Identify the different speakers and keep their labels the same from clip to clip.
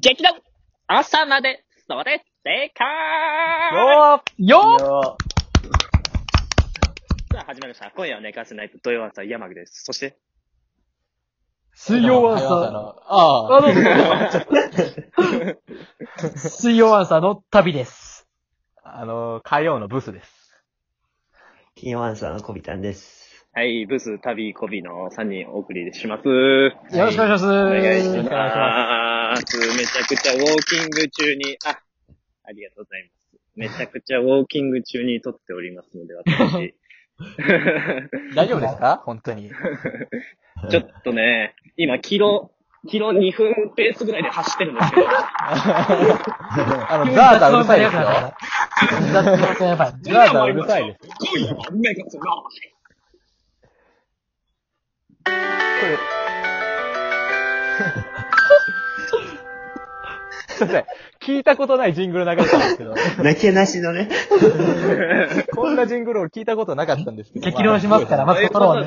Speaker 1: 劇団朝まで、そうです、正解
Speaker 2: よ
Speaker 3: よ
Speaker 2: よ
Speaker 1: さあ、始まりました。今夜は寝かせないと土曜朝、山木です。そ して、
Speaker 3: 水曜
Speaker 2: 朝
Speaker 3: 朝。
Speaker 2: の。ああ。
Speaker 3: あ、どうぞどうぞ水曜朝の旅です。
Speaker 2: あの、火曜のブスです。
Speaker 4: 金曜アンサーのコビタンです。
Speaker 1: はい、ブス、旅、コビの3人お送りします。
Speaker 3: よろしくお願いします。
Speaker 1: お願いし
Speaker 2: お願いし
Speaker 1: ます。めちゃくちゃウォーキング中に、あ、ありがとうございます。めちゃくちゃウォーキング中に撮っておりますので、 私。
Speaker 2: 大丈夫ですか本当に。
Speaker 1: ちょっとね、今、キロ、キロ2分ペースぐらいで走ってるんですけ ど、
Speaker 2: あの、ザーザーうるさいですよ。
Speaker 3: 雑談がやばい。
Speaker 2: ザーザーうるさいです。
Speaker 1: 今夜は寝かせない。
Speaker 2: すいません。聞いたことないジングル流れたんです けど、
Speaker 4: 泣けなしのね。
Speaker 2: こんなジングルを聞いたことなかったんですけど。
Speaker 3: 激論しますから、ま
Speaker 1: と
Speaker 3: ず
Speaker 1: いうこ
Speaker 3: 心
Speaker 1: と
Speaker 3: はね。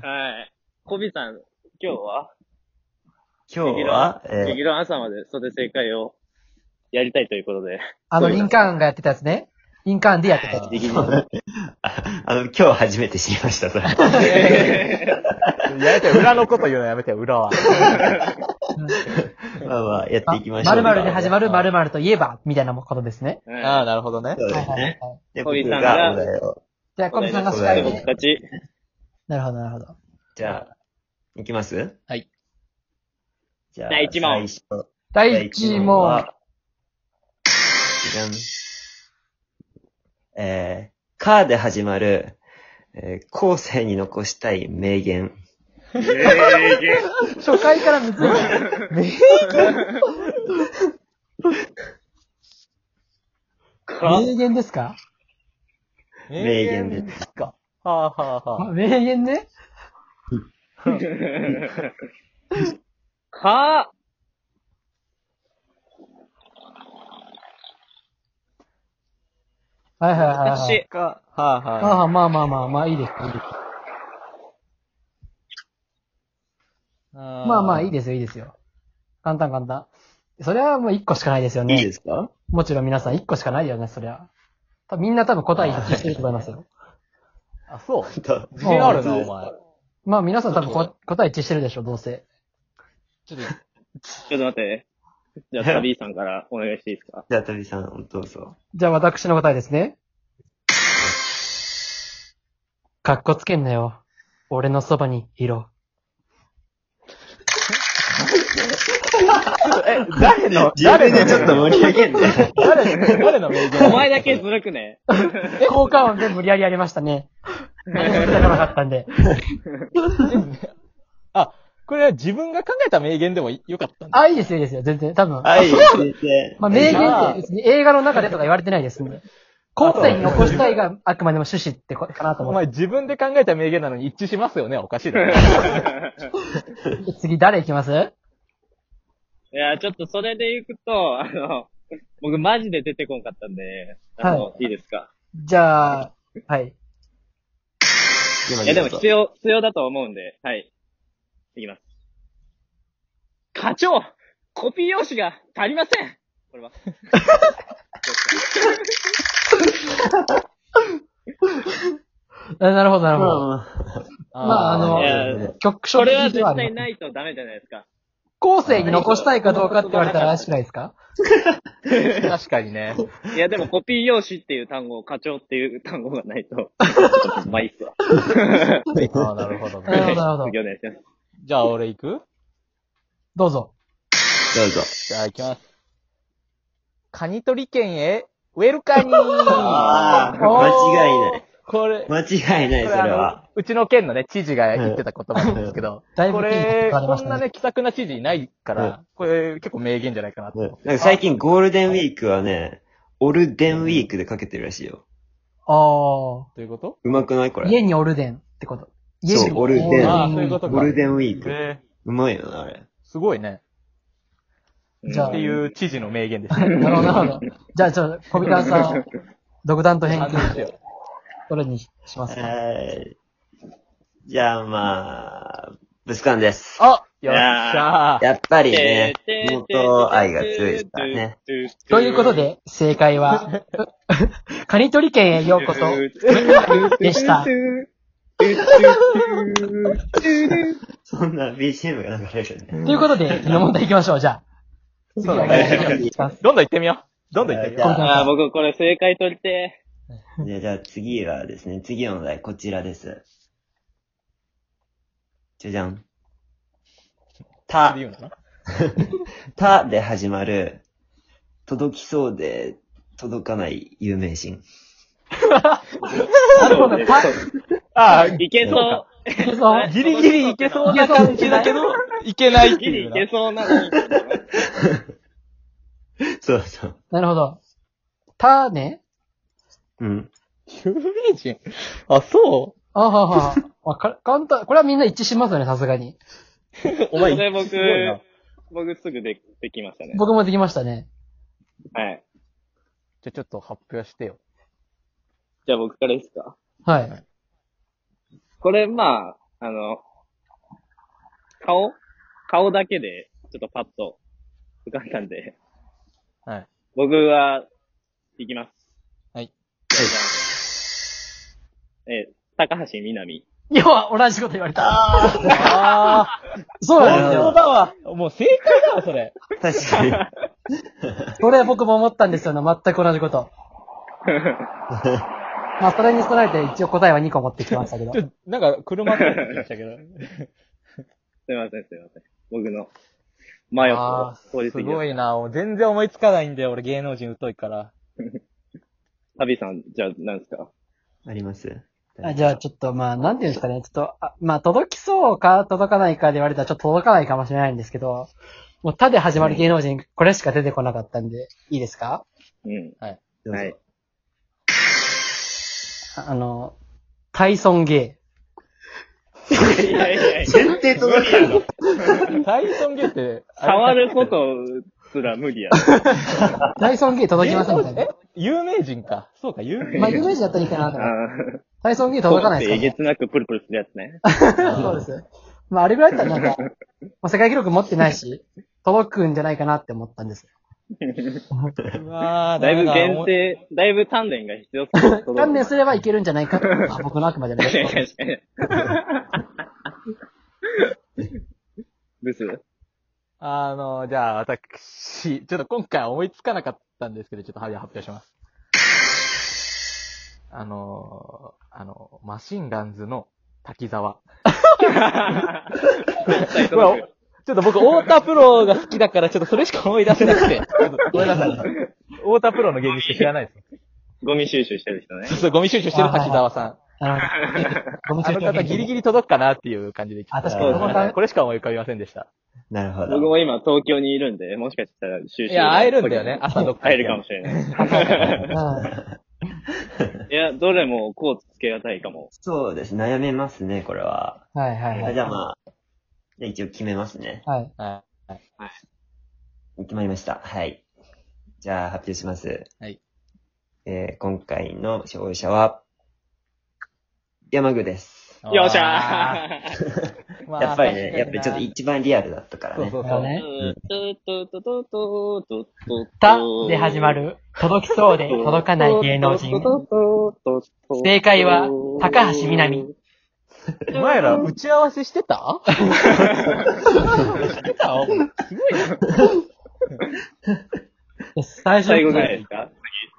Speaker 1: で、はい。コビさん、今日は、
Speaker 4: 今日は、
Speaker 1: 劇
Speaker 4: え
Speaker 1: の朝まで袖正解をやりたいということで、
Speaker 3: あの、リンカーンがやってたやつね。リンカーンでやってたやつ。
Speaker 1: 劇
Speaker 4: ー
Speaker 1: 場。
Speaker 4: ああの、今日初めて知りました、それ。
Speaker 2: やめて、 裏のこと言うのやめて、裏 は。
Speaker 4: まあまあ、やっていきましょう。
Speaker 3: 〇〇で始まる
Speaker 2: あ
Speaker 3: 〇〇といえば、みたいなことですね。
Speaker 2: ああ、
Speaker 1: は
Speaker 2: なるほどね。
Speaker 4: そうです
Speaker 3: はいはい
Speaker 4: ね。
Speaker 3: はい
Speaker 4: で、
Speaker 1: コ
Speaker 4: 僕
Speaker 1: ビさんが
Speaker 4: がお題を。
Speaker 3: じゃあ、コビさんが
Speaker 1: い
Speaker 3: 司
Speaker 1: で
Speaker 3: 会
Speaker 4: そうだ
Speaker 1: 僕
Speaker 4: よ
Speaker 3: で。
Speaker 1: たち、
Speaker 3: なるほど、なるほど。
Speaker 4: じゃあ、いきます
Speaker 2: はい。
Speaker 4: じゃあ、
Speaker 1: 第一問
Speaker 4: 最初
Speaker 3: 第一問。。
Speaker 4: じゃんえー、カーで始まる、えー、後世に残したい名言。
Speaker 3: 初回からむずい。
Speaker 1: か、
Speaker 3: 名言ですか
Speaker 4: 名言で
Speaker 2: ですか。はあはあは
Speaker 3: あ名言ね。
Speaker 1: か、
Speaker 3: はいはいはいはい。
Speaker 1: 私
Speaker 2: あ。、か、はあはあ。
Speaker 3: ああ、まあまあまあまあ、いいです。いいですま
Speaker 2: ま
Speaker 3: あまあ、いい
Speaker 2: で
Speaker 3: ですよ、いいですよ。簡単簡単。それはもう一個しかないですよ
Speaker 4: いい
Speaker 3: ね。
Speaker 4: ですか
Speaker 3: もちろん皆さん一個しかないよね、そりゃ。多分みんな多分答え一致してると思います よ。
Speaker 2: す。あ、そう。
Speaker 4: と
Speaker 2: 自信あるな、お前。
Speaker 3: まあ皆さん多分こ答え一致してるでしょ、どうせ。
Speaker 2: ちょっと、
Speaker 1: ちょっと待って。じゃあ、サビーさんからお願いしていいです か
Speaker 4: じゃあ、とびさん、どうぞ。
Speaker 3: じゃあ私の答えですね。かっこつけんなよ。俺のそばにいろ。
Speaker 2: え、誰の、
Speaker 4: 自分でちょっと
Speaker 2: の
Speaker 4: 盛り上げんで。
Speaker 2: 誰の、誰の名言
Speaker 1: お前だけずるくね。
Speaker 3: 効果音で無理やりやりました ね。だからなかったんで。
Speaker 2: あ、これは自分が考えた名言でもよかったんだ。
Speaker 3: あ、いいですよ、いいですよ、全然。多分。
Speaker 4: はい、先生。
Speaker 3: まあ、名言って別に映画の中でとか言われてないですん で。後世に残したいがあくまでも趣旨ってことかなと
Speaker 2: お
Speaker 3: 思っ
Speaker 2: 前自分で考えた名言なのに一致しますよねおかしい だろ。
Speaker 3: て。次誰いきます
Speaker 1: いや、ちょっとそれで行くと、あの、僕マジで出てこんかったんで、あの、い、いですか
Speaker 3: じゃあ、はい。
Speaker 4: 今
Speaker 1: いや、でも
Speaker 4: どうぞ
Speaker 1: 必要、必要だと思うんで、はい。いきます。課長コピー用紙が足りませんこ れは。
Speaker 3: あなるほど、なるほど。
Speaker 4: まあ
Speaker 3: まあ、あ
Speaker 4: まあ
Speaker 1: いや
Speaker 3: の、
Speaker 4: の、
Speaker 3: 曲
Speaker 1: こ
Speaker 3: 書
Speaker 1: れは
Speaker 3: 的で
Speaker 1: 絶
Speaker 3: はあ
Speaker 1: 対
Speaker 3: る。
Speaker 1: ないとダメじゃないですか。
Speaker 3: 後世に残したいかどうかって言われたら怪しくないですか
Speaker 2: 確かにね。
Speaker 1: いや、でもコピー用紙っていう単語、課長っていう単語がない と、まあいいっすわ。
Speaker 2: ああ、なるほど、
Speaker 3: なるほ
Speaker 2: ね。
Speaker 3: ど、なるほど
Speaker 1: 次。お願いします。
Speaker 2: じゃあ俺行く
Speaker 3: どうぞ。
Speaker 4: どうぞ。
Speaker 2: じゃあ行きます。カニ取り県へ、ウェルカニー
Speaker 4: ああ、間違いない。
Speaker 2: これ、こ
Speaker 4: 間違いない、
Speaker 2: れ
Speaker 4: そ
Speaker 2: あ
Speaker 4: れ
Speaker 2: の
Speaker 4: は。、
Speaker 2: うちの県のね、知事が言ってた言葉なんですけど、
Speaker 3: だいぶ
Speaker 2: こ
Speaker 3: いいこと
Speaker 2: れ、
Speaker 3: がありまし
Speaker 2: こん
Speaker 3: た
Speaker 2: な
Speaker 3: ね。
Speaker 2: ね、気さくな知事いないから、これ結構名言じゃないかなと。
Speaker 4: うんなんか最近ゴールデンウィークはね、オルデンウィークでかけてるらしいよ。
Speaker 3: ああ
Speaker 2: ということ
Speaker 4: うまくないこ
Speaker 3: ー。家
Speaker 4: れ。
Speaker 3: にオルデンってこと。家
Speaker 4: そう
Speaker 3: に
Speaker 4: オルデン
Speaker 2: ああ、そういうことか。
Speaker 4: ゴールデンウィーク。
Speaker 2: え
Speaker 4: うまいよな、あれ。
Speaker 2: ーすごいね。
Speaker 3: じゃあ
Speaker 2: っていう知事の名言でし
Speaker 3: なるほど、なるほど。じゃあ、ちょっと、小ビカンさん、独断と偏
Speaker 2: た。
Speaker 3: 見、どれにしますか
Speaker 4: はいじゃあまあ、ブスカンです。
Speaker 2: あよっしゃー。
Speaker 4: やっぱりね
Speaker 1: て、て
Speaker 4: 元愛が強いですからね。。
Speaker 3: ということ、で、正解は、カニ取り県へようこそ。 でした。
Speaker 4: そんな BGM が流れるね。
Speaker 3: ということで、次の問題行きましょう、じゃあ。次
Speaker 2: そうだ
Speaker 3: お
Speaker 2: ね
Speaker 3: 願いします。
Speaker 2: どんどん行ってみよう。どんどん行ってみよ
Speaker 4: は
Speaker 2: う。
Speaker 4: い
Speaker 1: ああ、僕これ正解取りて
Speaker 4: じゃあじゃあ次はですね、次のお題こちらです。じゃじゃん。た
Speaker 2: で、言うのかな
Speaker 4: たで始まる、届きそうで届かない有名人。
Speaker 1: え。
Speaker 3: なるほど、パッ
Speaker 2: あ
Speaker 1: いけそう。
Speaker 3: けそう。
Speaker 2: あ、ギリギリいけそうな感じだ けど、いけないって
Speaker 1: ギリ
Speaker 2: い
Speaker 1: いうけ
Speaker 2: な。
Speaker 1: そうなのに。
Speaker 4: そうそう。
Speaker 3: なるほど。たね
Speaker 4: うん。
Speaker 2: 有名人あ、そ
Speaker 3: あはは。わか、簡単。これはみんな一致しますよね、さすがに。
Speaker 2: うお
Speaker 1: そ
Speaker 2: 前、
Speaker 1: れです
Speaker 2: ごいな
Speaker 1: 僕、僕すぐでできましたね。
Speaker 3: 僕もできましたね。
Speaker 1: はい。
Speaker 2: じゃあちょっと発表してよ。
Speaker 1: じゃあ僕からいいですか
Speaker 3: はい。
Speaker 1: これ、まあ、あの、顔顔だけで、ちょっとパッと浮かんだんで、
Speaker 2: はい。
Speaker 1: 僕は、行きます。
Speaker 2: はい。
Speaker 1: えー、高橋みなみ。
Speaker 3: いや、同じこと言われた。
Speaker 2: ああ、
Speaker 3: そうなんです
Speaker 4: なる
Speaker 3: よ。
Speaker 2: 本当
Speaker 4: ほど
Speaker 2: だわ。もう正解だわ、それ。
Speaker 4: 確かに。
Speaker 3: それは僕も思ったんですよね、全く同じこと。まあ、それに備えて一応答えは2個持ってきましたけど
Speaker 2: ち。ょ、なんか、車通ってきましたけど。
Speaker 1: すいません、すいません。僕の、迷
Speaker 2: あ
Speaker 1: 子を通
Speaker 2: ー
Speaker 1: り
Speaker 2: す
Speaker 1: 過ぎ
Speaker 2: ご
Speaker 1: まし
Speaker 2: いな。もう全然思いつかないんだよ、俺芸能人疎いから。
Speaker 1: た。旅さん、じゃあ、なんですか
Speaker 4: あります
Speaker 3: あじゃあちょっと、まあ、なんていうんですかね。ちょっと、あまあ、届きそうか、届かないかで言われたら、ちょっと届かないかもしれないんですけど、もう、たで始まる芸能人、これしか出てこなかったんで、いいですか
Speaker 1: うん。
Speaker 4: どうぞ
Speaker 1: はい。
Speaker 3: ああの、タイソンゲ
Speaker 1: いやいやいや、
Speaker 4: 前提届かない の
Speaker 2: タイソンゲって、
Speaker 1: 触ることすら無理や。
Speaker 3: ー。タイソンゲー届きませんみたいな
Speaker 2: え。有名人か。そうか、有名
Speaker 3: まあ、
Speaker 2: 人。
Speaker 3: 有名人だったらいいかなと思って。
Speaker 1: あ
Speaker 3: タイソンゲー
Speaker 1: あ、
Speaker 3: 届かない
Speaker 1: えげ
Speaker 3: です
Speaker 1: つなくプルプルするやつね。
Speaker 3: かね。そうです。まあ、あれぐらいだったらなんか、まあ、世界記録持ってないし、届くんじゃないかなって思ったんです。
Speaker 2: うわー
Speaker 1: だいぶ限。
Speaker 2: ダメ
Speaker 1: 定、だいぶ鍛錬が必要そう。
Speaker 3: 観念すればいけるんじゃないかと。あ僕のあくまでも。
Speaker 1: 確かに確かに。ブス
Speaker 2: あの、じゃあ、私、ちょっと今回思いつかなかったんですけど、ちょっとはい発表します。あの、あの、マシンガンズの滝沢。うわちょっと僕、太田プロが好きだから、ちょっとそれしか思い出せなくて。ちょっとごめんなさい。太田プロの芸人しか知らないです。
Speaker 1: ゴミ収集してる人ね
Speaker 2: そう。そう、ゴミ収集してる滝沢さん。
Speaker 3: なるほど。
Speaker 2: あの方ギリギリ届くかなっていう感じで来て
Speaker 3: あ確
Speaker 1: かに
Speaker 2: ごめんなさいこれしか思い浮かびませんでした。
Speaker 4: なるほ
Speaker 1: 僕
Speaker 4: ど。
Speaker 1: も今東京にいるんで、もしかしたら収集。
Speaker 2: いや、会えるんだよね、。朝どっか
Speaker 1: 会
Speaker 2: に
Speaker 1: えるかもしれない。
Speaker 3: うん
Speaker 1: いや、どれもコーツつけがたいかも。
Speaker 4: そうです。悩めますね、これは。
Speaker 3: はいはいは
Speaker 4: はい
Speaker 3: い。
Speaker 4: じゃあまあ、じゃあ一応決めますね。
Speaker 3: はい。
Speaker 2: は
Speaker 4: 決まりました。はい。じゃあ発表します。
Speaker 2: はい。
Speaker 4: えー、今回の勝利者は、山具です。
Speaker 2: い。
Speaker 1: よっしゃー
Speaker 2: まあ
Speaker 4: やっぱりね、やっ
Speaker 2: 確かに
Speaker 4: ぱり
Speaker 2: な
Speaker 4: ちょっと一番リアルだったから
Speaker 2: そう
Speaker 4: ね。
Speaker 2: そう
Speaker 3: だ
Speaker 2: そ
Speaker 3: か
Speaker 2: う。
Speaker 3: らね。た
Speaker 1: た
Speaker 3: で始まる、届きそうで届かない芸能人。正解は高橋みなみ。
Speaker 2: お前ら打ち合わせしてた してたお前
Speaker 3: 最初
Speaker 1: 最後ぐらいですか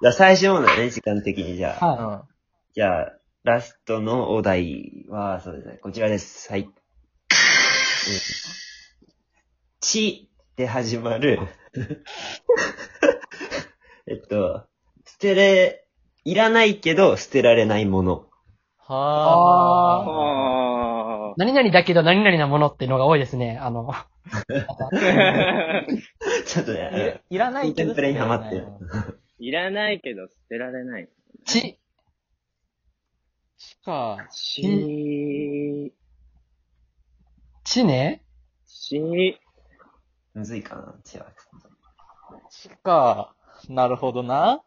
Speaker 4: じゃあ最初のだね、時間的にじゃあ。
Speaker 3: は
Speaker 4: じゃあ、ラストのお題は、そうですね、こちらです。はい。ちで始ま る、えっと、捨てれ、いらないけど捨てられないもの。
Speaker 3: あ
Speaker 2: は
Speaker 1: あ
Speaker 3: い。何々だけど何々なものっていうのが多いですね。あの、
Speaker 1: あ。
Speaker 4: ちょっと
Speaker 2: あ。い
Speaker 4: ね、
Speaker 2: いらないけど。
Speaker 4: テンプレにハマってる。
Speaker 1: いらないけど捨てられない。
Speaker 3: ち、
Speaker 2: しか、
Speaker 1: し、
Speaker 3: ちね
Speaker 1: し、
Speaker 4: むずいかな、違う。
Speaker 2: しか、なるほどな。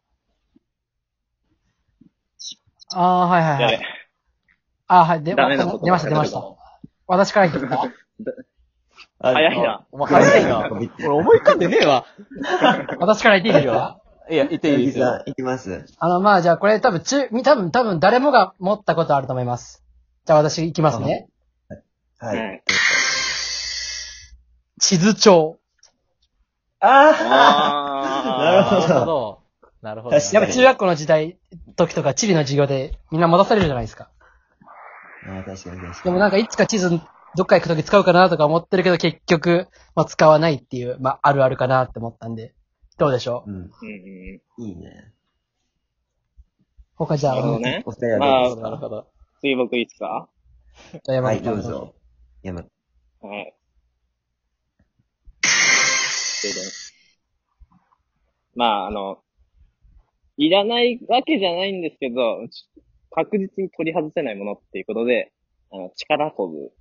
Speaker 3: ああ、はいはい
Speaker 1: や
Speaker 3: は
Speaker 1: べ
Speaker 3: い。ああ、はい。で
Speaker 1: ダメなこと
Speaker 3: 出ました出ました。私から言っていいですか
Speaker 4: あ
Speaker 1: 早いな。
Speaker 2: お前早い な。俺思い浮かんでねえわ。
Speaker 3: 私から言っていいですか
Speaker 2: いや、言っていいで
Speaker 4: ゆき
Speaker 2: す
Speaker 4: さ
Speaker 2: よ。
Speaker 4: ん、いきます。
Speaker 3: あの、まあ、じゃあこれ多分中、多分、多分誰もが持ったことあると思います。じゃあ私行きますね。
Speaker 1: は
Speaker 4: はい。
Speaker 1: い。
Speaker 3: 地図帳。
Speaker 4: あ
Speaker 1: あ
Speaker 4: なるほど
Speaker 2: ど。なるほど
Speaker 4: 確
Speaker 3: や
Speaker 4: か
Speaker 3: っ
Speaker 2: な。
Speaker 4: に
Speaker 3: ぱ中学校の時代、時とか地理の授業でみんな持たされるじゃないですか。
Speaker 4: ーあー確かに確か
Speaker 3: で
Speaker 4: に。
Speaker 3: もなんかいつか地図どっか行く時使うかなとか思ってるけど結局、まあ使わないっていう、まああるあるかなって思ったんで。どうでしょう
Speaker 4: うん。
Speaker 1: ー。うんうん
Speaker 4: いいね。
Speaker 3: 他じゃ
Speaker 1: なるほど
Speaker 3: あ、
Speaker 1: ね。
Speaker 4: お二人
Speaker 1: ま
Speaker 4: は
Speaker 1: あ
Speaker 2: なるほ
Speaker 4: どうで
Speaker 2: どなるほど。
Speaker 1: 水木いいっすか
Speaker 3: じゃあ
Speaker 4: すか
Speaker 3: 山
Speaker 4: は
Speaker 3: 口
Speaker 4: い、
Speaker 3: さん
Speaker 4: どう。ぞ。山田。
Speaker 1: はい。ででまあ、あの、いらないわけじゃないんですけど、ち確実に取り外せないものっていうことで、あの、力こぶ。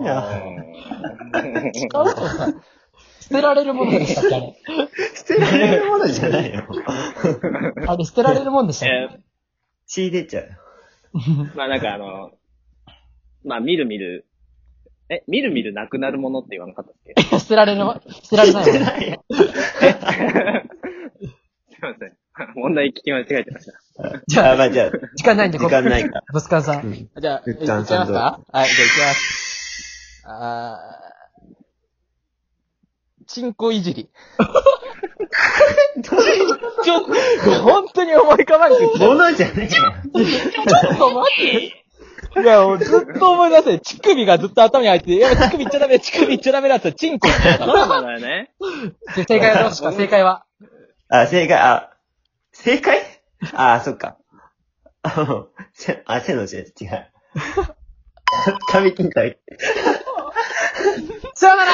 Speaker 4: いや
Speaker 3: あそうか捨てられるものでしたっけあれ
Speaker 4: 捨てられるものじゃないよ。
Speaker 3: あれ捨てられるもんでした っ
Speaker 1: え
Speaker 3: け
Speaker 4: 血出ちゃう。
Speaker 1: ーまあなんかあの、まあみるみる、え、みるみるなくなるものって言わなかったっけ
Speaker 3: 捨てられるも、捨てられないもん。
Speaker 1: すいません。問題聞き間違えてました。
Speaker 3: じ
Speaker 4: あ、
Speaker 3: ゃあ、
Speaker 4: まあじゃあ、
Speaker 3: 時間ないんで、
Speaker 4: 時間ない から。
Speaker 3: ブスカンさ。
Speaker 4: うんん。
Speaker 2: じゃあ、いっ
Speaker 4: ゆ
Speaker 2: ち
Speaker 4: き
Speaker 2: ゃ
Speaker 4: さ
Speaker 2: い
Speaker 4: ん
Speaker 2: ますかはい、じゃあ行きます。あー、チンコいじり。ちょ、本当に思い浮かばなくて。
Speaker 4: ものじゃね
Speaker 2: ちょっと待って。いや、もうずっと思い出せ。乳首がずっと頭に入ってて、いや、乳首いっちゃダメ、乳首いっちゃダメだった。チンコって言った
Speaker 1: そうなのよね。
Speaker 3: 正解はどうですか正解は。
Speaker 4: あ、正解、あ、正解あ、そっか。あ、もうせ、あ、背の字です。違 う。髪切った。
Speaker 3: さよなら